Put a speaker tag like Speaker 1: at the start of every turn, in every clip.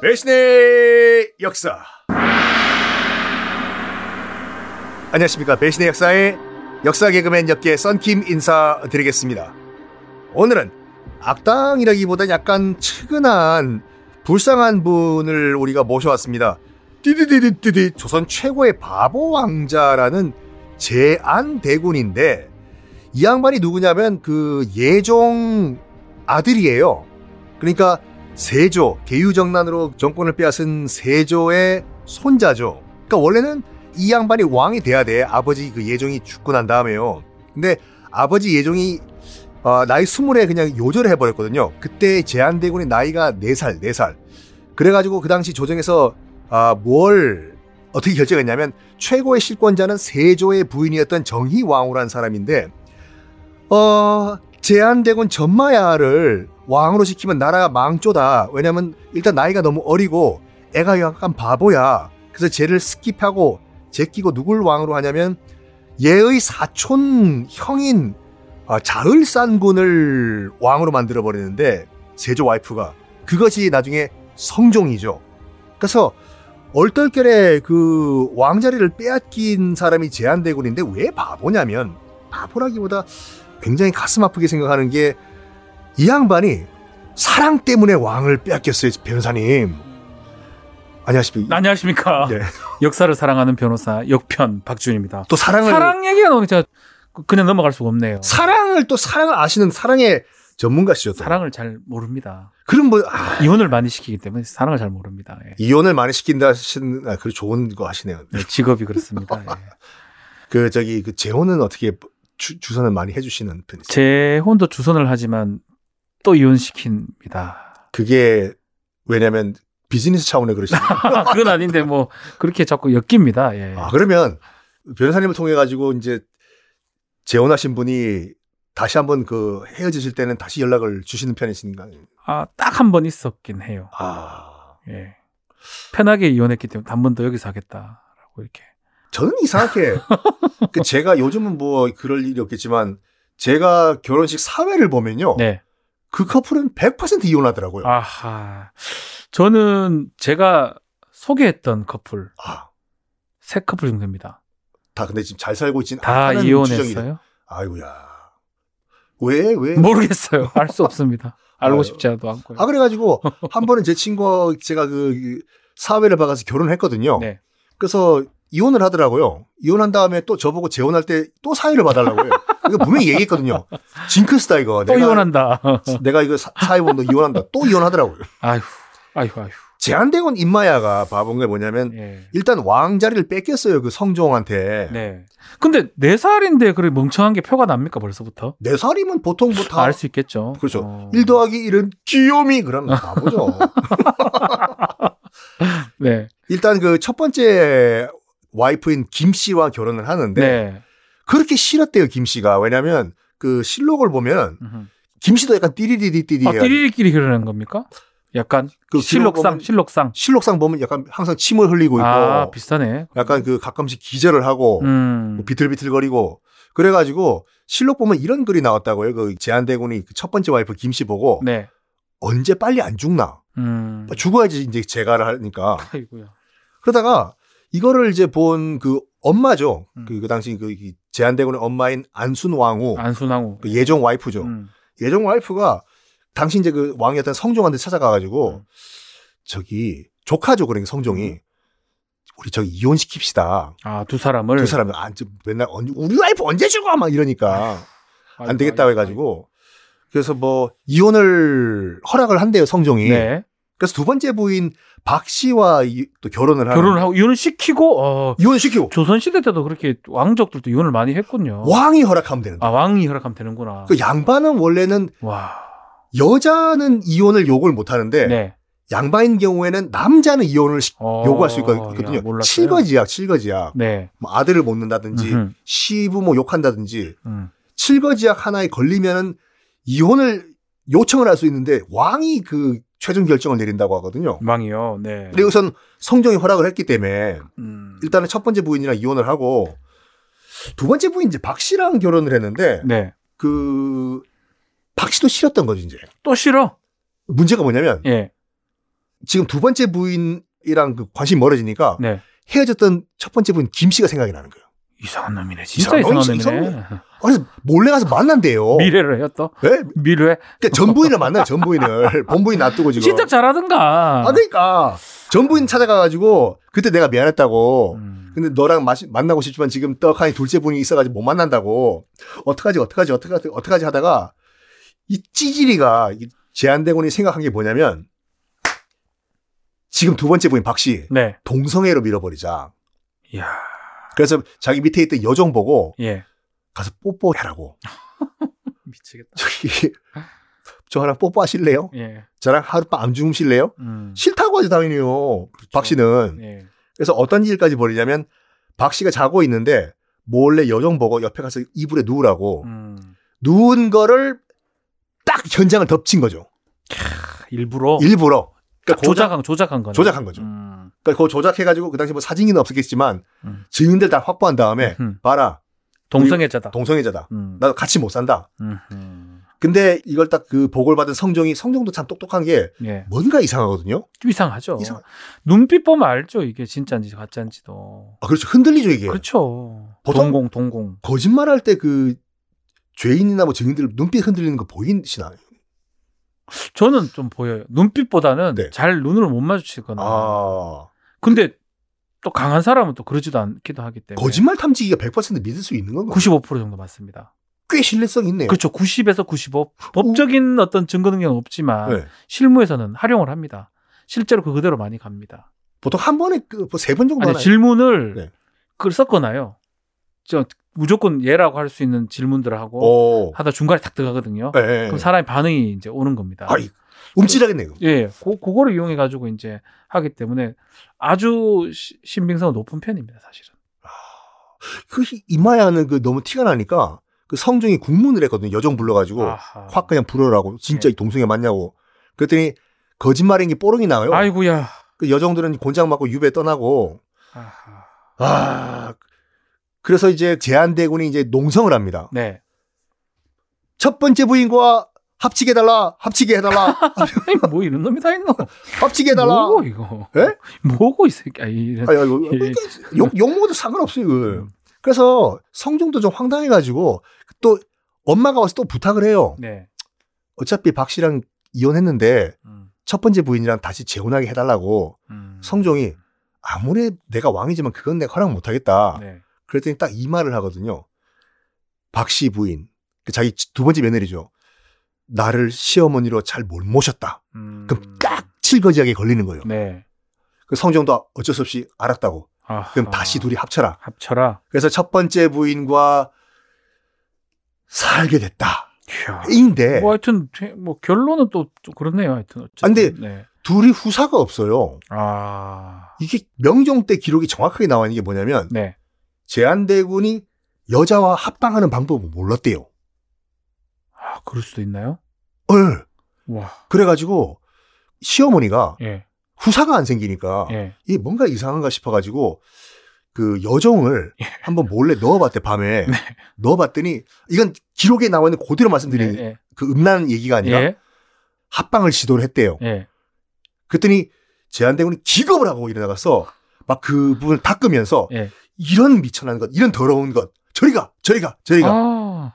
Speaker 1: 배신의 역사. 안녕하십니까. 배신의 역사의 역사 개그맨 역계 썬킴 인사드리겠습니다. 오늘은 악당이라기보단 약간 측은한 불쌍한 분을 우리가 모셔왔습니다. 띠디디디디디 조선 최고의 바보 왕자라는 제안 대군인데 이 양반이 누구냐면 그 예종 아들이에요. 그러니까 세조, 계유정난으로 정권을 빼앗은 세조의 손자죠. 그러니까 원래는 이 양반이 왕이 돼야 돼. 아버지 그 예종이 죽고 난 다음에요. 근데 아버지 예종이 어, 나이 스물에 그냥 요절을 해버렸거든요. 그때 제한대군의 나이가 네살네살 그래가지고 그 당시 조정에서 아, 뭘 어떻게 결정했냐면 최고의 실권자는 세조의 부인이었던 정희왕후라는 사람인데 어, 제한대군 전마야를 왕으로 시키면 나라가 망조다. 왜냐면 일단 나이가 너무 어리고 애가 약간 바보야. 그래서 쟤를 스킵하고 제끼고 누굴 왕으로 하냐면 얘의 사촌 형인 아, 자을산군을 왕으로 만들어 버리는데 세조 와이프가 그것이 나중에 성종이죠. 그래서 얼떨결에 그 왕자리를 빼앗긴 사람이 제한대군인데 왜 바보냐면 바보라기보다 굉장히 가슴 아프게 생각하는 게 이 양반이 사랑 때문에 왕을 빼앗겼어요, 변호사님. 안녕하십니까.
Speaker 2: 안녕하십니까.
Speaker 1: 네.
Speaker 2: 역사를 사랑하는 변호사 역편 박준입니다.
Speaker 1: 또 사랑을
Speaker 2: 사랑 얘기가 너무 진짜 그냥 넘어갈 수가 없네요.
Speaker 1: 사랑을 또 사랑을 아시는 사랑의 전문가시죠. 또.
Speaker 2: 사랑을 잘 모릅니다.
Speaker 1: 그럼 뭐 아,
Speaker 2: 이혼을 많이 시키기 때문에 사랑을 잘 모릅니다. 예.
Speaker 1: 이혼을 많이 시킨다 하시는 아, 그 좋은 거 하시네요.
Speaker 2: 네, 직업이 그렇습니다. 예.
Speaker 1: 그 저기 그 재혼은 어떻게 주, 주선을 많이 해주시는 편이세요?
Speaker 2: 제 혼도 주선을 하지만 또 이혼시킵니다.
Speaker 1: 그게 왜냐면 비즈니스 차원에 그러시는 거예요.
Speaker 2: 아, 그건 아닌데 뭐 그렇게 자꾸 엮입니다. 예.
Speaker 1: 아 그러면 변호사님을 통해 가지고 이제 재혼하신 분이 다시 한번 그 헤어지실 때는 다시 연락을 주시는 편이신가요?
Speaker 2: 아, 딱 한 번 있었긴 해요.
Speaker 1: 아
Speaker 2: 예. 편하게 이혼했기 때문에 한 번 더 여기서 하겠다라고 이렇게.
Speaker 1: 저는 이상하게 그 제가 요즘은 뭐 그럴 일이 없겠지만 제가 결혼식 사회를 보면요
Speaker 2: 네.
Speaker 1: 그 커플은 100% 이혼하더라고요.
Speaker 2: 아하. 저는 제가 소개했던 커플,
Speaker 1: 아,
Speaker 2: 세 커플 정도입니다.
Speaker 1: 다 근데 지금 잘 살고 있진
Speaker 2: 다
Speaker 1: 않다는 추정이
Speaker 2: 이혼했어요?
Speaker 1: 아이고야. 왜, 왜?
Speaker 2: 뭐? 모르겠어요. 알 수 없습니다. 알고
Speaker 1: 아유.
Speaker 2: 싶지 않아도 않고요.
Speaker 1: 아, 그래가지고, 한 번은 제 친구가 제가 그 사회를 박아서 결혼했거든요.
Speaker 2: 네.
Speaker 1: 그래서 이혼을 하더라고요. 이혼한 다음에 또 저보고 재혼할 때 또 사회를 봐달라고 해요. 이거 분명히 얘기했거든요. 징크스다, 이거.
Speaker 2: 또
Speaker 1: 아, 내가,
Speaker 2: 이혼한다.
Speaker 1: 내가 이거 사- 사회 본너 이혼한다. 또 이혼하더라고요.
Speaker 2: 아휴, 아휴, 아휴.
Speaker 1: 제한대군 임마야가 봐본 게 뭐냐면,
Speaker 2: 예.
Speaker 1: 일단 왕자리를 뺏겼어요. 그 성종한테. 네.
Speaker 2: 네. 근데 네 살인데 그래 멍청한 게 표가 납니까 벌써부터?
Speaker 1: 네 살이면 보통 뭐 다
Speaker 2: 알 수 있겠죠.
Speaker 1: 그렇죠.
Speaker 2: 어.
Speaker 1: 1 더하기 1은 귀요미! 그럼 바보죠.
Speaker 2: 네.
Speaker 1: 일단 그 첫 번째 와이프인 김 씨와 결혼을 하는데
Speaker 2: 네.
Speaker 1: 그렇게 싫었대요 김 씨가 왜냐하면 그 실록을 보면
Speaker 2: 음.
Speaker 1: 김 씨도 약간
Speaker 2: 아,
Speaker 1: 띠리디디디디해요.
Speaker 2: 띠리끼리 그러는 겁니까? 약간
Speaker 1: 그
Speaker 2: 실록상,
Speaker 1: 기록
Speaker 2: 실록상.
Speaker 1: 실록상 보면 약간 항상 침을 흘리고 있고
Speaker 2: 아, 비슷하네.
Speaker 1: 약간 그 가끔씩 기절을 하고
Speaker 2: 음.
Speaker 1: 뭐 뭐 비틀비틀거리고 그래가지고 실록 보면 이런 글이 나왔다고요. 그 제한대군이 그첫 번째 와이프 김 씨 보고
Speaker 2: 네.
Speaker 1: 언제 빨리 안 죽나 아,
Speaker 2: 음.
Speaker 1: 뭐 죽어야지 이제 재가를 하니까
Speaker 2: 아이고야.
Speaker 1: 그러다가 이거를 이제 본 그 엄마죠.
Speaker 2: 음.
Speaker 1: 그, 그 당시 그 제한대군의 엄마인 안순왕후,
Speaker 2: 안순왕후.
Speaker 1: 그 예종 와이프죠.
Speaker 2: 아, 음.
Speaker 1: 예종 와이프가 당시 이제 그 왕이었던 성종한테 찾아가가지고
Speaker 2: 음.
Speaker 1: 저기 조카죠. 그러니까 성종이 우리 저기 이혼시킵시다.
Speaker 2: 아, 두 사람을.
Speaker 1: 두 사람이 안, 저 맨날 언제, 우리 와이프 언제 죽어? 막 이러니까 아, 안 되겠다고 해가지고 그래서 뭐 이혼을 허락을 한대요. 성종이.
Speaker 2: 네.
Speaker 1: 그래서 두 번째 부인 박 씨와 이- 또 결혼을 하는
Speaker 2: 결혼을 하고 이혼을 시키고 어,
Speaker 1: 이혼시키고
Speaker 2: 조선 시대 때도 그렇게 왕족들도 이혼을 많이 했군요.
Speaker 1: 왕이 허락하면 되는데.
Speaker 2: 아, 왕이 허락하면 되는구나.
Speaker 1: 그 양반은 원래는
Speaker 2: 와.
Speaker 1: 여자는 이혼을 요구를 못 하는데
Speaker 2: 네.
Speaker 1: 양반인 경우에는 남자는 이혼을 시-
Speaker 2: 어,
Speaker 1: 요구할 수
Speaker 2: 야,
Speaker 1: 있거든요.
Speaker 2: 몰랐어요.
Speaker 1: 칠거지약, 칠거지약.
Speaker 2: 네.
Speaker 1: 뭐 아들을 못 낳는다든지
Speaker 2: 음흠,
Speaker 1: 시부모 뭐 욕한다든지
Speaker 2: 음.
Speaker 1: 칠거지약 하나에 걸리면은 이혼을 요청을 할 수 있는데 왕이 그 최종 결정을 내린다고 하거든요.
Speaker 2: 왕이요. 네.
Speaker 1: 근데 여기선 성종이 허락을 했기 때문에
Speaker 2: 음.
Speaker 1: 일단은 첫 번째 부인이랑 이혼을 하고 두 번째 부인 이제 박 씨랑 결혼을 했는데
Speaker 2: 네.
Speaker 1: 그 박 씨도 싫었던 거죠 이제.
Speaker 2: 또 싫어.
Speaker 1: 문제가 뭐냐면
Speaker 2: 예.
Speaker 1: 지금 두 번째 부인이랑 그 관심이 멀어지니까
Speaker 2: 네.
Speaker 1: 헤어졌던 첫 번째 부인 김 씨가 생각이 나는 거예요.
Speaker 2: 이상한 놈이네. 진짜
Speaker 1: 이상한
Speaker 2: 이상한,
Speaker 1: 놈이- 어.
Speaker 2: 놈이네.
Speaker 1: 그래서 몰래 가서 만난대요.
Speaker 2: 미래를 해요 또.
Speaker 1: 네?
Speaker 2: 미래.
Speaker 1: 그러니까 전부인을 만나요, 전부인을. 본부인 놔두고 지금.
Speaker 2: 신탁 잘하든가.
Speaker 1: 아, 그러니까. 전부인 찾아가가지고, 그때 내가 미안했다고.
Speaker 2: 음.
Speaker 1: 근데 너랑 마시, 만나고 싶지만 지금 떡하니 둘째 분이 있어가지고 못 만난다고. 어떡하지, 어떡하지, 어떡하지, 어떡하지 하다가, 이 찌질이가, 이 제한대군이 생각한 게 뭐냐면, 지금 두 번째 부인 박 씨,
Speaker 2: 네.
Speaker 1: 동성애로 밀어버리자.
Speaker 2: 이야.
Speaker 1: 그래서 자기 밑에 있던 여종 보고,
Speaker 2: 예.
Speaker 1: 가서 뽀뽀해라고.
Speaker 2: 미치겠다.
Speaker 1: 저기, 저랑 뽀뽀하실래요?
Speaker 2: 예.
Speaker 1: 저랑 하룻밤 안 주무실래요?
Speaker 2: 음.
Speaker 1: 싫다고 하죠, 당연히요. 박 씨는.
Speaker 2: 예.
Speaker 1: 그래서 어떤 일까지 벌이냐면 박 씨가 자고 있는데 몰래 여정 보고 옆에 가서 이불에 누우라고
Speaker 2: 음.
Speaker 1: 누운 거를 딱 현장을 덮친 거죠.
Speaker 2: 일부러
Speaker 1: 일부러. 그러니까 어. 조작,
Speaker 2: 조작한 조작한 거네.
Speaker 1: 조작한 거죠.
Speaker 2: 음.
Speaker 1: 그러니까 그거 조작해가지고 그 당시 뭐 사진기는 없었겠지만
Speaker 2: 음.
Speaker 1: 증인들 다 확보한 다음에
Speaker 2: 음.
Speaker 1: 봐라
Speaker 2: 동성애자다.
Speaker 1: 네. 동성애자다.
Speaker 2: 음.
Speaker 1: 나도 같이 못 산다.
Speaker 2: 음. 음.
Speaker 1: 근데 이걸 딱 그 보고를 받은 성종이 성종도 참 똑똑한 게
Speaker 2: 예.
Speaker 1: 뭔가 이상하거든요.
Speaker 2: 좀 이상하죠.
Speaker 1: 이상.
Speaker 2: 눈빛 보면 알죠. 이게 진짜인지 가짜인지도.
Speaker 1: 아 그렇죠. 흔들리죠 이게.
Speaker 2: 그렇죠.
Speaker 1: 보통-
Speaker 2: 동공 동공.
Speaker 1: 거짓말할 때 그 죄인이나 뭐 증인들 눈빛 흔들리는 거 보이시나요?
Speaker 2: 저는 좀 보여요. 눈빛보다는
Speaker 1: 네.
Speaker 2: 잘 눈을 못 마주치거나.
Speaker 1: 아.
Speaker 2: 근데 또 강한 사람은 또 그러지도 않기도 하기 때문에.
Speaker 1: 거짓말 탐지기가 100% 믿을 수 있는 건가요?
Speaker 2: 95% 정도 맞습니다.
Speaker 1: 꽤 신뢰성 있네요.
Speaker 2: 그렇죠. 90에서 95. 법적인 어떤 증거 능력은 없지만
Speaker 1: 네.
Speaker 2: 실무에서는 활용을 합니다. 실제로 그 그대로 많이 갑니다.
Speaker 1: 보통 한 번에 그세번 정도
Speaker 2: 아니
Speaker 1: 하나요?
Speaker 2: 질문을
Speaker 1: 네.
Speaker 2: 그걸 섞어놔요. 저 무조건 예라고 할 수 있는 질문들을 하고
Speaker 1: 오.
Speaker 2: 하다 중간에 탁 들어가거든요.
Speaker 1: 어. 예, 예.
Speaker 2: 어. 그럼 사람의 반응이 이제 오는 겁니다.
Speaker 1: 아이, 움찔하겠네요.
Speaker 2: 예, 고, 그거를 이용해 가지고 이제 하기 때문에 아주 시- 신빙성은 높은 편입니다, 사실은.
Speaker 1: 아, 그 이마야는 그 너무 티가 나니까 그 성종이 국문을 했거든요. 여정 불러가지고
Speaker 2: 아하.
Speaker 1: 뭐, 확 그냥 불어라고 진짜 이
Speaker 2: 네.
Speaker 1: 동성애 맞냐고. 그랬더니 거짓말인 게 뽀롱이 나요.
Speaker 2: 아이고야.
Speaker 1: 그 여정들은 곤장 맞고 유배 떠나고
Speaker 2: 아하.
Speaker 1: 아 그래서 이제 제한대군이 이제 농성을 합니다.
Speaker 2: 네.
Speaker 1: 첫 번째 부인과 합치게 해달라, 합치게 해달라,
Speaker 2: 아니, 뭐 이런 놈이 다 있노?
Speaker 1: 합치게 해달라.
Speaker 2: 뭐고 이거?
Speaker 1: 예?
Speaker 2: 뭐고 이 새끼? 아, 이런.
Speaker 1: 아니, 아니,
Speaker 2: 예.
Speaker 1: 그러니까 욕, 욕 먹어도 상관없어요, 이거.
Speaker 2: 음.
Speaker 1: 그래서 성종도 좀 황당해가지고 또 엄마가 와서 또 부탁을 해요.
Speaker 2: 네.
Speaker 1: 어차피 박 씨랑 이혼했는데
Speaker 2: 음,
Speaker 1: 첫 번째 부인이랑 다시 재혼하게 해달라고
Speaker 2: 음.
Speaker 1: 성종이 아무리 내가 왕이지만 그건 내가 허락 못하겠다.
Speaker 2: 네.
Speaker 1: 그랬더니 딱 이 말을 하거든요. 박 씨 부인, 그 자기 두 번째 며느리죠. 나를 시어머니로 잘 못 모셨다.
Speaker 2: 음.
Speaker 1: 그럼 딱 칠거지하게 걸리는 거예요.
Speaker 2: 네.
Speaker 1: 그 성종도 어쩔 수 없이 알았다고.
Speaker 2: 아하.
Speaker 1: 그럼 다시 둘이 합쳐라.
Speaker 2: 합쳐라.
Speaker 1: 그래서 첫 번째 부인과 살게 됐다.
Speaker 2: 이야.
Speaker 1: 인데
Speaker 2: 뭐 하여튼 되- 뭐 결론은 또, 좀 그렇네요. 하여튼 어쨌든.
Speaker 1: 예. 아, 근데-
Speaker 2: 네.
Speaker 1: 둘이 후사가 없어요.
Speaker 2: 아.
Speaker 1: 이게 명종 때 기록이 정확하게 나와 있는 게 뭐냐면
Speaker 2: 네.
Speaker 1: 제한대군이 여자와 합방하는 방법을 몰랐대요.
Speaker 2: 아, 그럴 수도 있나요?
Speaker 1: 헐.
Speaker 2: 와.
Speaker 1: 그래가지고 시어머니가
Speaker 2: 예.
Speaker 1: 후사가 안 생기니까
Speaker 2: 예.
Speaker 1: 이게 뭔가 이상한가 싶어가지고 그 여정을 한번 몰래 넣어봤대 밤에
Speaker 2: 예. 네.
Speaker 1: 넣어봤더니 이건 기록에 나와 있는 그대로 말씀드리는
Speaker 2: 예.
Speaker 1: 그 음란 얘기가
Speaker 2: 예.
Speaker 1: 아니라
Speaker 2: 예.
Speaker 1: 합방을 시도를 했대요.
Speaker 2: 예.
Speaker 1: 그랬더니 제한대군이 기겁을 하고 일어나가서 막 그 부분을 닦으면서
Speaker 2: 예.
Speaker 1: 이런 미천한 것, 이런 더러운 것, 저리 가, 저리 가, 저리 가.
Speaker 2: 아.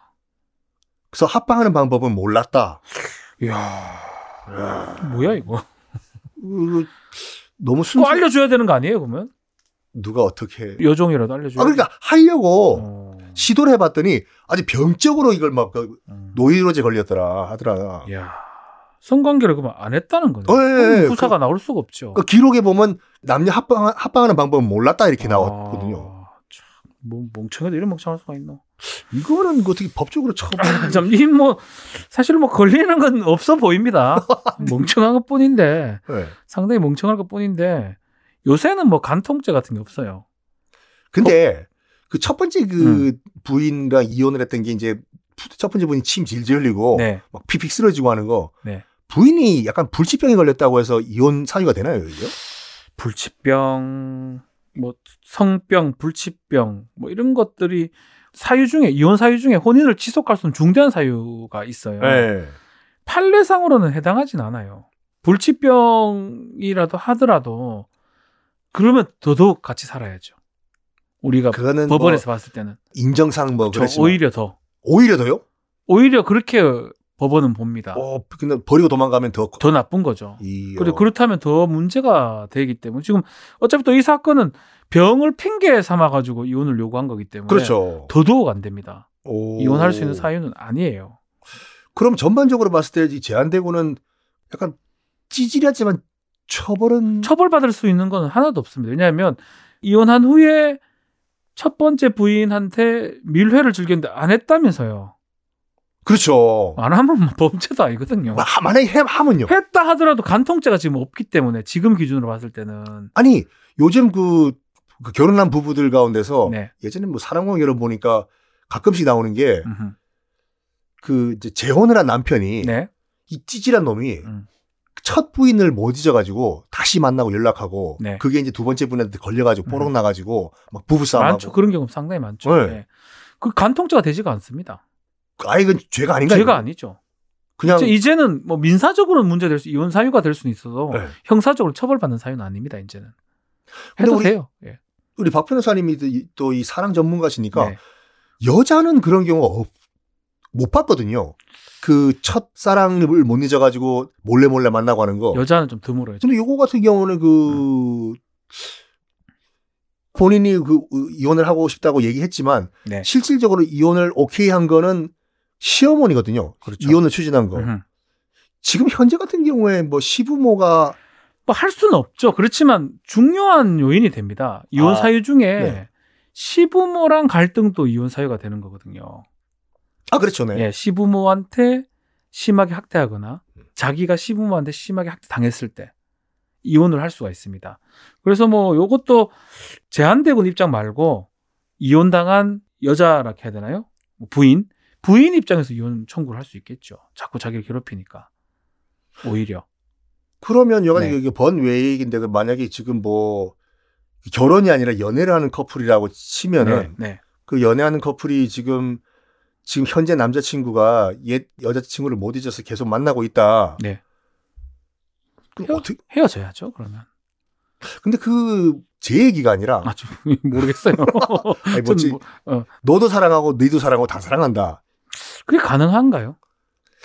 Speaker 1: 그래서 합방하는 방법은 몰랐다.
Speaker 2: 이야. 뭐야
Speaker 1: 음.
Speaker 2: 이거?
Speaker 1: 으, 너무 순수.
Speaker 2: 꼭뭐 알려줘야 되는 거 아니에요 그러면?
Speaker 1: 누가 어떻게? 해.
Speaker 2: 여종이라도 알려줘야.
Speaker 1: 아 그러니까 하려고
Speaker 2: 어.
Speaker 1: 시도를 해봤더니 아주 병적으로 이걸 막그
Speaker 2: 음.
Speaker 1: 노이로제 걸렸더라 하더라.
Speaker 2: 이야. 성관계를 그럼 안 했다는 거네.
Speaker 1: 어, 예, 예.
Speaker 2: 그럼 후사가 나올 수가 없죠.
Speaker 1: 그 기록에 보면 남녀 합방 합방하는 방법은 몰랐다 이렇게 나왔거든요.
Speaker 2: 아, 참, 뭐 멍청해도 이런 멍청할 수가 있나?
Speaker 1: 이거는 그 어떻게 법적으로 처음
Speaker 2: 참, 이뭐 사실 뭐 걸리는 건 없어 보입니다. 멍청한 것 뿐인데
Speaker 1: 네.
Speaker 2: 상당히 멍청할 것 뿐인데 요새는 뭐 간통죄 같은 게 없어요.
Speaker 1: 근데
Speaker 2: 어.
Speaker 1: 그 첫 번째 그
Speaker 2: 음.
Speaker 1: 부인이랑 이혼을 했던 게 이제 첫 번째 부인이 침 질질 흘리고
Speaker 2: 네.
Speaker 1: 막 피픽 쓰러지고 하는 거
Speaker 2: 네.
Speaker 1: 부인이 약간 불치병에 걸렸다고 해서 이혼 사유가 되나요, 이게?
Speaker 2: 불치병, 뭐 성병, 불치병 뭐 이런 것들이 사유 중에 이혼 사유 중에 혼인을 지속할 수 있는 중대한 사유가 있어요.
Speaker 1: 네.
Speaker 2: 판례상으로는 해당하진 않아요. 불치병이라도 하더라도 그러면 더더욱 같이 살아야죠. 우리가
Speaker 1: 그거는 뭐
Speaker 2: 법원에서 봤을 때는
Speaker 1: 인정상 뭐
Speaker 2: 저
Speaker 1: 그렇지만 오히려,
Speaker 2: 오히려 더
Speaker 1: 더요?
Speaker 2: 오히려 그렇게 법원은 봅니다.
Speaker 1: 어, 근데 버리고 도망가면 더
Speaker 2: 아. 더 나쁜 거죠.
Speaker 1: 이요. 어.
Speaker 2: 그리고 그렇다면 더 문제가 되기 때문에 지금 어차피 또 이 사건은 병을 핑계 삼아 가지고 이혼을 요구한 거기 때문에
Speaker 1: 그렇죠.
Speaker 2: 네. 더더욱 안 됩니다.
Speaker 1: 오.
Speaker 2: 이혼할 수 있는 사유는 아니에요.
Speaker 1: 그럼 전반적으로 봤을 때 이 제한되고는 약간 찌질하지만 처벌은
Speaker 2: 처벌받을 수 있는 건 하나도 없습니다. 왜냐하면 이혼한 후에 첫 번째 부인한테 밀회를 즐겼는데 안 했다면서요.
Speaker 1: 그렇죠.
Speaker 2: 안 하면 범죄도 아니거든요.
Speaker 1: 마- 만약에 해- 하면요.
Speaker 2: 했다 하더라도 간통죄가 지금 없기 때문에 지금 기준으로 봤을 때는
Speaker 1: 아니 요즘 그, 그 결혼한 부부들 가운데서
Speaker 2: 네.
Speaker 1: 예전에 뭐 사랑방 결혼 보니까 가끔씩 나오는 게
Speaker 2: 음흠.
Speaker 1: 그 이제 재혼을 한 남편이
Speaker 2: 네.
Speaker 1: 이 찌질한 놈이
Speaker 2: 음.
Speaker 1: 첫 부인을 못 잊어가지고 다시 만나고 연락하고
Speaker 2: 네.
Speaker 1: 그게 이제 두 번째 분한테 걸려가지고 뽀록
Speaker 2: 음.
Speaker 1: 나가지고 막 부부싸움하고
Speaker 2: 많죠. 그런 경우 상당히 많죠.
Speaker 1: 네.
Speaker 2: 네. 그 간통죄가 되지가 않습니다.
Speaker 1: 아예 그 죄가 아닌가요?
Speaker 2: 죄가 아니죠.
Speaker 1: 그냥
Speaker 2: 이제 이제는 뭐 민사적으로는 문제될 수 이혼 사유가 될 수는 있어도
Speaker 1: 네.
Speaker 2: 형사적으로 처벌받는 사유는 아닙니다. 이제는
Speaker 1: 근데
Speaker 2: 해도
Speaker 1: 우리-
Speaker 2: 돼요. 예.
Speaker 1: 우리 박 변호사님이 또 이 사랑 전문가시니까
Speaker 2: 네.
Speaker 1: 여자는 그런 경우 없- 못 봤거든요. 그 첫사랑을 못 잊어가지고 몰래 몰래 만나고 하는 거.
Speaker 2: 여자는 좀 드물어요.
Speaker 1: 근데 요거 같은 경우는 그
Speaker 2: 네.
Speaker 1: 본인이 그 이혼을 하고 싶다고 얘기했지만
Speaker 2: 네.
Speaker 1: 실질적으로 이혼을 오케이 한 거는 시어머니거든요.
Speaker 2: 그렇죠.
Speaker 1: 이혼을 추진한 거.
Speaker 2: 음.
Speaker 1: 지금 현재 같은 경우에 뭐 시부모가
Speaker 2: 뭐 할 수는 없죠. 그렇지만 중요한 요인이 됩니다. 이혼
Speaker 1: 아,
Speaker 2: 사유 중에
Speaker 1: 네.
Speaker 2: 시부모랑 갈등도 이혼 사유가 되는 거거든요.
Speaker 1: 아 그렇죠, 네.
Speaker 2: 예, 시부모한테 심하게 학대하거나
Speaker 1: 음.
Speaker 2: 자기가 시부모한테 심하게 학대 당했을 때 이혼을 할 수가 있습니다. 그래서 뭐 요것도 제한되군 입장 말고 이혼당한 여자라 해야 되나요? 뭐 부인 부인 입장에서 이혼 청구를 할 수 있겠죠. 자꾸 자기를 괴롭히니까 오히려
Speaker 1: 그러면 여간
Speaker 2: 네.
Speaker 1: 이게 번외익인데 그 만약에 지금 뭐 결혼이 아니라 연애를 하는 커플이라고 치면은
Speaker 2: 네, 네.
Speaker 1: 그 연애하는 커플이 지금 지금 현재 남자친구가 옛 여자친구를 못 잊어서 계속 만나고 있다.
Speaker 2: 네.
Speaker 1: 그럼 어떻게?
Speaker 2: 헤어져야죠 그러면.
Speaker 1: 근데 그 제 얘기가 아니라
Speaker 2: 아, 좀 모르겠어요.
Speaker 1: 아니
Speaker 2: 전
Speaker 1: 뭐지?
Speaker 2: 뭐- 어.
Speaker 1: 너도 사랑하고 너도 사랑하고 다 사랑한다.
Speaker 2: 그게 가능한가요?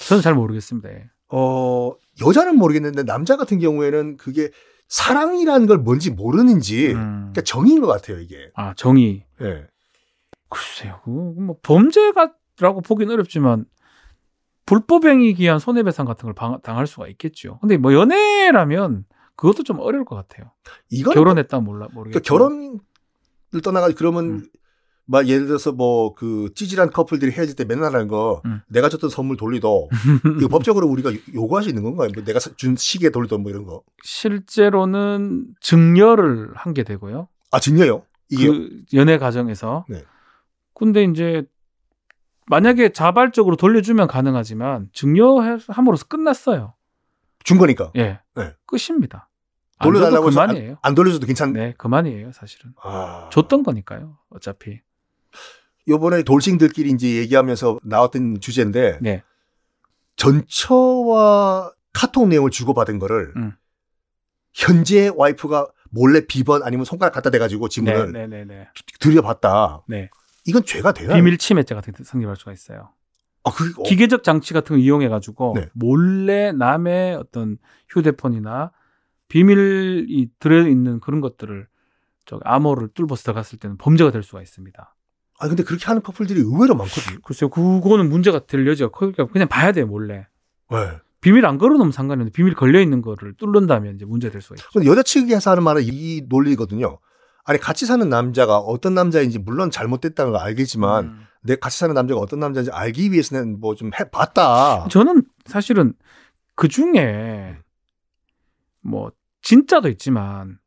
Speaker 2: 저는 잘 모르겠습니다. 예.
Speaker 1: 어 여자는 모르겠는데 남자 같은 경우에는 그게 사랑이라는 걸 뭔지 모르는지
Speaker 2: 음.
Speaker 1: 그러니까 정의인 것 같아요 이게.
Speaker 2: 아, 정의.
Speaker 1: 예.
Speaker 2: 글쎄요. 그거 뭐 범죄가라고 보기는 어렵지만 불법행위 기한 손해배상 같은 걸 방- 당할 수가 있겠죠. 근데 뭐 연애라면 그것도 좀 어려울 것 같아요.
Speaker 1: 이건
Speaker 2: 결혼했다 몰라
Speaker 1: 그러니까
Speaker 2: 모르겠.
Speaker 1: 결혼을 떠나가 그러면
Speaker 2: 그렇죠. 음.
Speaker 1: 막 예를 들어서 뭐 그 찌질한 커플들이 헤어질 때 맨날 하는 거
Speaker 2: 음.
Speaker 1: 내가 줬던 선물 돌리도 이거 법적으로 우리가 요- 요구할 수 있는 건가요? 뭐 내가 사- 준 시계 돌리도 뭐 이런 거.
Speaker 2: 실제로는 증여를 한 게 되고요.
Speaker 1: 아 진짜요? 이게
Speaker 2: 그 연애 과정에서.
Speaker 1: 네.
Speaker 2: 근데 이제 만약에 자발적으로 돌려주면 가능하지만 증여함으로써 끝났어요.
Speaker 1: 준 거니까
Speaker 2: 예.
Speaker 1: 네.
Speaker 2: 끝입니다. 안
Speaker 1: 돌려달라고 해서
Speaker 2: 줘도 그만이에요.
Speaker 1: 안 돌려줘도 괜찮.
Speaker 2: 네, 그만이에요, 사실은.
Speaker 1: 아.
Speaker 2: 줬던 거니까요, 어차피.
Speaker 1: 요번에 돌싱들끼리 이제 얘기하면서 나왔던 주제인데
Speaker 2: 네.
Speaker 1: 전처와 카톡 내용을 주고받은 거를
Speaker 2: 음.
Speaker 1: 현재 와이프가 몰래 비번 아니면 손가락 갖다 대가지고
Speaker 2: 네,
Speaker 1: 지문을
Speaker 2: 네, 네, 네.
Speaker 1: 들여봤다.
Speaker 2: 네.
Speaker 1: 이건 죄가 되나요?
Speaker 2: 비밀 침해죄 같은 게 성립할 수가 있어요.
Speaker 1: 아, 그, 어,
Speaker 2: 기계적 장치 같은 걸 이용해 가지고
Speaker 1: 네.
Speaker 2: 몰래 남의 어떤 휴대폰이나 비밀이 들어 있는 그런 것들을 저 암호를 뚫어서 들어갔을 때는 범죄가 될 수가 있습니다.
Speaker 1: 아, 근데 그렇게 하는 커플들이 의외로 많거든요.
Speaker 2: 글쎄요, 그거는 문제가 될 여지가 크니까 그냥 봐야 돼요, 몰래.
Speaker 1: 네.
Speaker 2: 비밀 안 걸어놓으면 상관없는데 비밀 걸려 있는 거를 뚫는다면 이제 문제 될 수가 있죠.
Speaker 1: 근데 여자 측에서 하는 말은 이 논리거든요. 아니, 같이 사는 남자가 어떤 남자인지 물론 잘못됐다는 걸 알겠지만,
Speaker 2: 음.
Speaker 1: 내 같이 사는 남자가 어떤 남자인지 알기 위해서는 뭐 좀 해봤다.
Speaker 2: 저는 사실은 그 중에 뭐 진짜도 있지만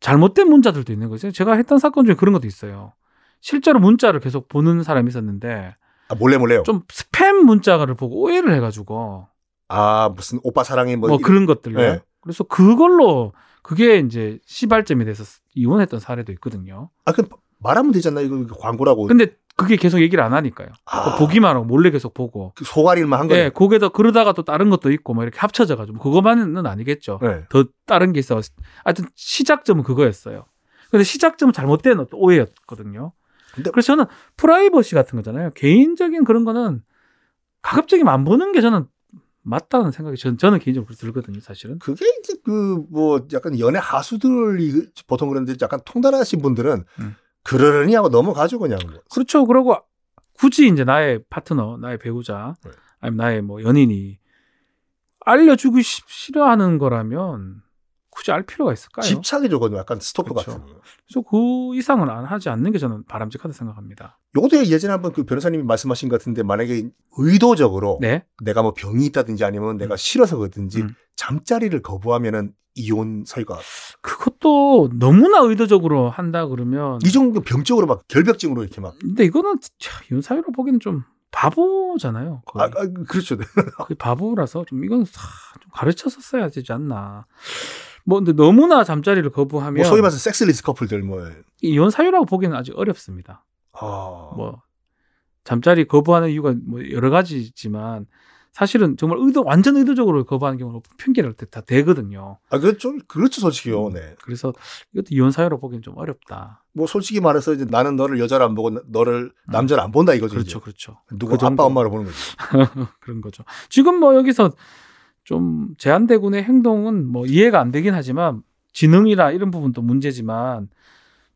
Speaker 2: 잘못된 문자들도 있는 거죠. 제가 했던 사건 중에 그런 것도 있어요. 실제로 문자를 계속 보는 사람이 있었는데
Speaker 1: 아, 몰래 몰래요.
Speaker 2: 좀 스팸 문자를 보고 오해를 해가지고
Speaker 1: 아, 무슨 오빠 사랑해 뭐.
Speaker 2: 뭐,
Speaker 1: 이-
Speaker 2: 그런 것들요.
Speaker 1: 네.
Speaker 2: 그래서 그걸로 그게 이제 시발점이 돼서 이혼했던 사례도 있거든요.
Speaker 1: 아, 그럼 말하면 되잖아. 이거 광고라고.
Speaker 2: 근데 그게 계속 얘기를 안 하니까요. 그
Speaker 1: 아,
Speaker 2: 보기만 하고 몰래 계속 보고.
Speaker 1: 그 소가리만 한
Speaker 2: 예,
Speaker 1: 거네.
Speaker 2: 거기에다 그러다가 또 다른 것도 있고 막 이렇게 합쳐져가지고 그것만은 아니겠죠.
Speaker 1: 네.
Speaker 2: 더 다른 게 있어. 하여튼 시작점은 그거였어요. 근데 시작점은 잘못된 또 오해였거든요.
Speaker 1: 근데-
Speaker 2: 그래서 저는 프라이버시 같은 거잖아요. 개인적인 그런 거는 가급적이면 안 보는 게 저는 맞다는 생각이 저는, 저는 개인적으로 그렇게 들거든요, 사실은.
Speaker 1: 그게 이제 그 뭐 약간 연애 하수들이 보통 그런데 약간 통달하신 분들은
Speaker 2: 음.
Speaker 1: 그러려니 하고 넘어가죠 그냥. 뭐.
Speaker 2: 그렇죠. 그러고 굳이 이제 나의 파트너, 나의 배우자,
Speaker 1: 네.
Speaker 2: 아니면 나의 뭐 연인이 알려주기 시- 싫어하는 거라면 굳이 알 필요가 있을까요?
Speaker 1: 집착이죠, 그건 약간 스토커
Speaker 2: 그렇죠.
Speaker 1: 같은. 거.
Speaker 2: 그래서 그 이상은 안 하지 않는 게 저는 바람직하다 생각합니다.
Speaker 1: 요것도 예전에 한번 그 변호사님이 말씀하신 것 같은데 만약에 의도적으로
Speaker 2: 네.
Speaker 1: 내가 뭐 병이 있다든지 아니면 내가 싫어서 그든지
Speaker 2: 음.
Speaker 1: 잠자리를 거부하면은 이혼 사유가
Speaker 2: 그것도 너무나 의도적으로 한다 그러면
Speaker 1: 이 정도 병적으로 막 결벽증으로 이렇게 막
Speaker 2: 근데 이거는 참 윤사위로 보기는 좀 바보잖아요.
Speaker 1: 아,
Speaker 2: 거의.
Speaker 1: 아, 그렇죠. 네.
Speaker 2: 거의 바보라서 좀 이건 사- 좀 가르쳐서 써야 되지 않나. 뭐 근데 너무나 잠자리를 거부하면
Speaker 1: 뭐 소위 말해서 섹스리스 커플들 뭐
Speaker 2: 이혼 사유라고 보기는 아직 어렵습니다.
Speaker 1: 아.
Speaker 2: 뭐 잠자리 거부하는 이유가 뭐 여러 가지지만 사실은 정말 의도 완전 의도적으로 거부하는 경우는 편견을 다 되거든요.
Speaker 1: 아, 그 좀 그렇죠,
Speaker 2: 음.
Speaker 1: 솔직히요. 네.
Speaker 2: 그래서 이것도 이혼 사유로 보기는 좀 어렵다.
Speaker 1: 뭐 솔직히 말해서 이제 나는 너를 여자를 안 보고 너를 남자를 안 본다 이거죠.
Speaker 2: 음. 그렇죠, 그렇죠.
Speaker 1: 이제. 누구
Speaker 2: 그 정도.
Speaker 1: 아빠 엄마를 보는 거지.
Speaker 2: 그런 거죠. 지금 뭐 여기서 좀 제한대군의 행동은 뭐 이해가 안 되긴 하지만 지능이나 이런 부분도 문제지만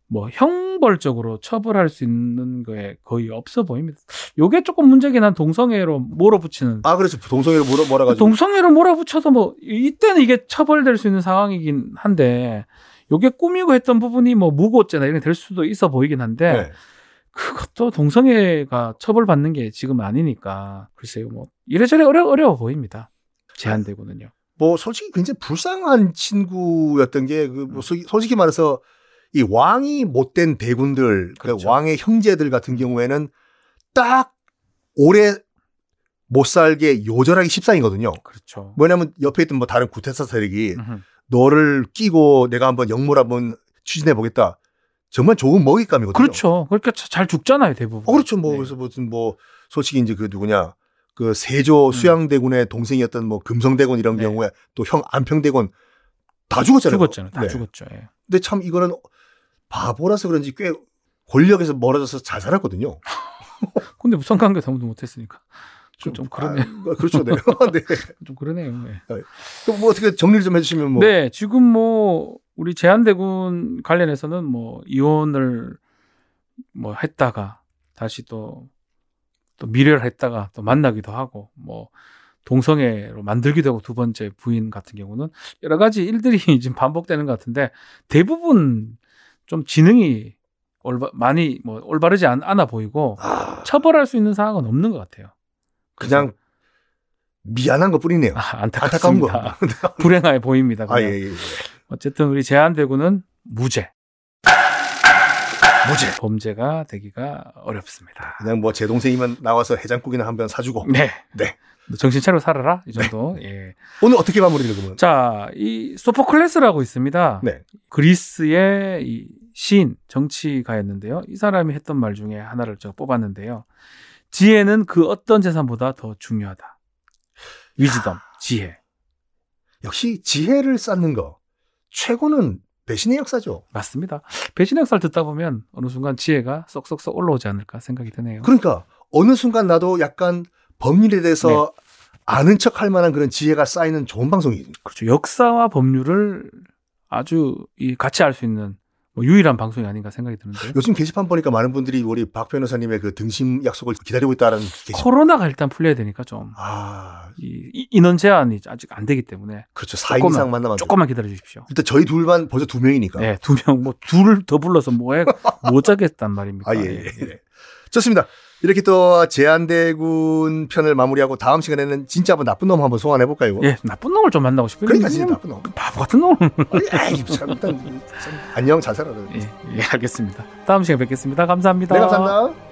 Speaker 2: 뭐 형벌적으로 처벌할 수 있는 거에 거의 없어 보입니다. 요게 조금 문제긴 한 동성애로 몰아붙이는
Speaker 1: 아, 그렇죠. 동성애를 뭐라 뭐라 가지고.
Speaker 2: 동성애로 몰아붙여서 뭐 이- 이때는 이게 처벌될 수 있는 상황이긴 한데 요게 꾸미고 했던 부분이 뭐 무고죄나 이런 게 될 수도 있어 보이긴 한데
Speaker 1: 네.
Speaker 2: 그것도 동성애가 처벌받는 게 지금 아니니까 글쎄요 뭐 이래저래 어려, 어려워 보입니다 제한되고는요
Speaker 1: 뭐 솔직히 굉장히 불쌍한 친구였던 게 그 뭐 솔직히 말해서 이 왕이 못된 대군들, 그
Speaker 2: 그렇죠.
Speaker 1: 왕의 형제들 같은 경우에는 딱 오래 못 살게 요절하기 십상이거든요.
Speaker 2: 그렇죠
Speaker 1: 뭐냐면 옆에 있던 뭐 다른 구태사 세력이
Speaker 2: 음흠.
Speaker 1: 너를 끼고 내가 한번 역물 한번 추진해 보겠다. 정말 좋은 먹잇감이거든요.
Speaker 2: 그렇죠 그렇게 자- 잘 죽잖아요 대부분
Speaker 1: 어, 그렇죠. 뭐,
Speaker 2: 네.
Speaker 1: 그래서 무슨 뭐, 솔직히 이제 그 누구냐. 그 세조 수양대군의 동생이었던 뭐 금성대군 이런
Speaker 2: 음. 네.
Speaker 1: 경우에 또 형 안평대군 다 죽었잖아요.
Speaker 2: 죽었잖아요 다
Speaker 1: 네.
Speaker 2: 죽었죠 예.
Speaker 1: 근데 참 이거는 바보라서 그런지 꽤 권력에서 멀어져서 잘 살았거든요.
Speaker 2: 근데 무슨 관계 아무도 못했으니까 좀, 좀 그러네요
Speaker 1: 아, 그렇죠. 네. 네.
Speaker 2: 좀 그러네요 예.
Speaker 1: 그럼 뭐 어떻게 정리를 좀 해주시면 뭐.
Speaker 2: 네, 지금 뭐 우리 제한대군 관련해서는 뭐 이혼을 뭐 했다가 다시 또 또 미래를 했다가 또 만나기도 하고 뭐 동성애로 만들기도 하고 두 번째 부인 같은 경우는 여러 가지 일들이 지금 반복되는 것 같은데 대부분 좀 지능이 올바, 많이 뭐 올바르지 않, 아 보이고
Speaker 1: 아,
Speaker 2: 처벌할 수 있는 상황은 없는 것 같아요.
Speaker 1: 그냥 미안한 것 뿐이네요.
Speaker 2: 아,
Speaker 1: 안타까운 거.
Speaker 2: 안타깝습니다. 불행해 보입니다.
Speaker 1: 아, 예,
Speaker 2: 그냥.
Speaker 1: 예. 예.
Speaker 2: 어쨌든 우리 제한대구는 무죄.
Speaker 1: 무죄.
Speaker 2: 범죄가 되기가 어렵습니다.
Speaker 1: 그냥 뭐 제 동생이면 나와서 해장국이나 한 번 사주고.
Speaker 2: 네.
Speaker 1: 네.
Speaker 2: 너 정신 차려 살아라. 이 정도. 예.
Speaker 1: 오늘 어떻게 마무리를 그러면?
Speaker 2: 자, 이 소포클레스라고 있습니다.
Speaker 1: 네.
Speaker 2: 그리스의 이 시인, 정치가였는데요. 이 사람이 했던 말 중에 하나를 제가 뽑았는데요. 지혜는 그 어떤 재산보다 더 중요하다. 위즈덤, 지혜.
Speaker 1: 역시 지혜를 쌓는 거 최고는 배신의 역사죠.
Speaker 2: 맞습니다. 배신의 역사를 듣다 보면 어느 순간 지혜가 쏙쏙쏙 올라오지 않을까 생각이 드네요.
Speaker 1: 그러니까 어느 순간 나도 약간 법률에 대해서
Speaker 2: 네.
Speaker 1: 아는 척 할 만한 그런 지혜가 쌓이는 좋은 방송이
Speaker 2: 그렇죠. 역사와 법률을 아주 이 같이 알 수 있는 뭐 유일한 방송이 아닌가 생각이 드는데요.
Speaker 1: 요즘 게시판 보니까 많은 분들이 우리 박 변호사님의 그 등심 약속을 기다리고 있다는 게시판.
Speaker 2: 코로나가 일단 풀려야 되니까 좀.
Speaker 1: 아,
Speaker 2: 이, 이- 인원 제한이 아직 안 되기 때문에
Speaker 1: 그렇죠. 4인
Speaker 2: 조금만,
Speaker 1: 이상 만나면 안 돼요.
Speaker 2: 조금만 기다려 주십시오.
Speaker 1: 일단 저희 둘만 벌써 두 명이니까.
Speaker 2: 네, 두 명, 뭐, 둘을 더 불러서 뭐해, 못 자겠단 말입니까.
Speaker 1: 아, 예, 예, 예. 좋습니다. 이렇게 또 제한대군 편을 마무리하고 다음 시간에는 진짜 한번 나쁜 놈 한번 소환해 볼까요?
Speaker 2: 예, 나쁜 놈을 좀 만나고 싶은데.
Speaker 1: 그러니까 진짜 나쁜 놈.
Speaker 2: 바보 같은 놈을.
Speaker 1: 아이, 참, 예. 일단 참, 안녕 잘 살아라.
Speaker 2: 예, 예, 알겠습니다. 다음 시간에 뵙겠습니다. 감사합니다.
Speaker 1: 네, 감사합니다.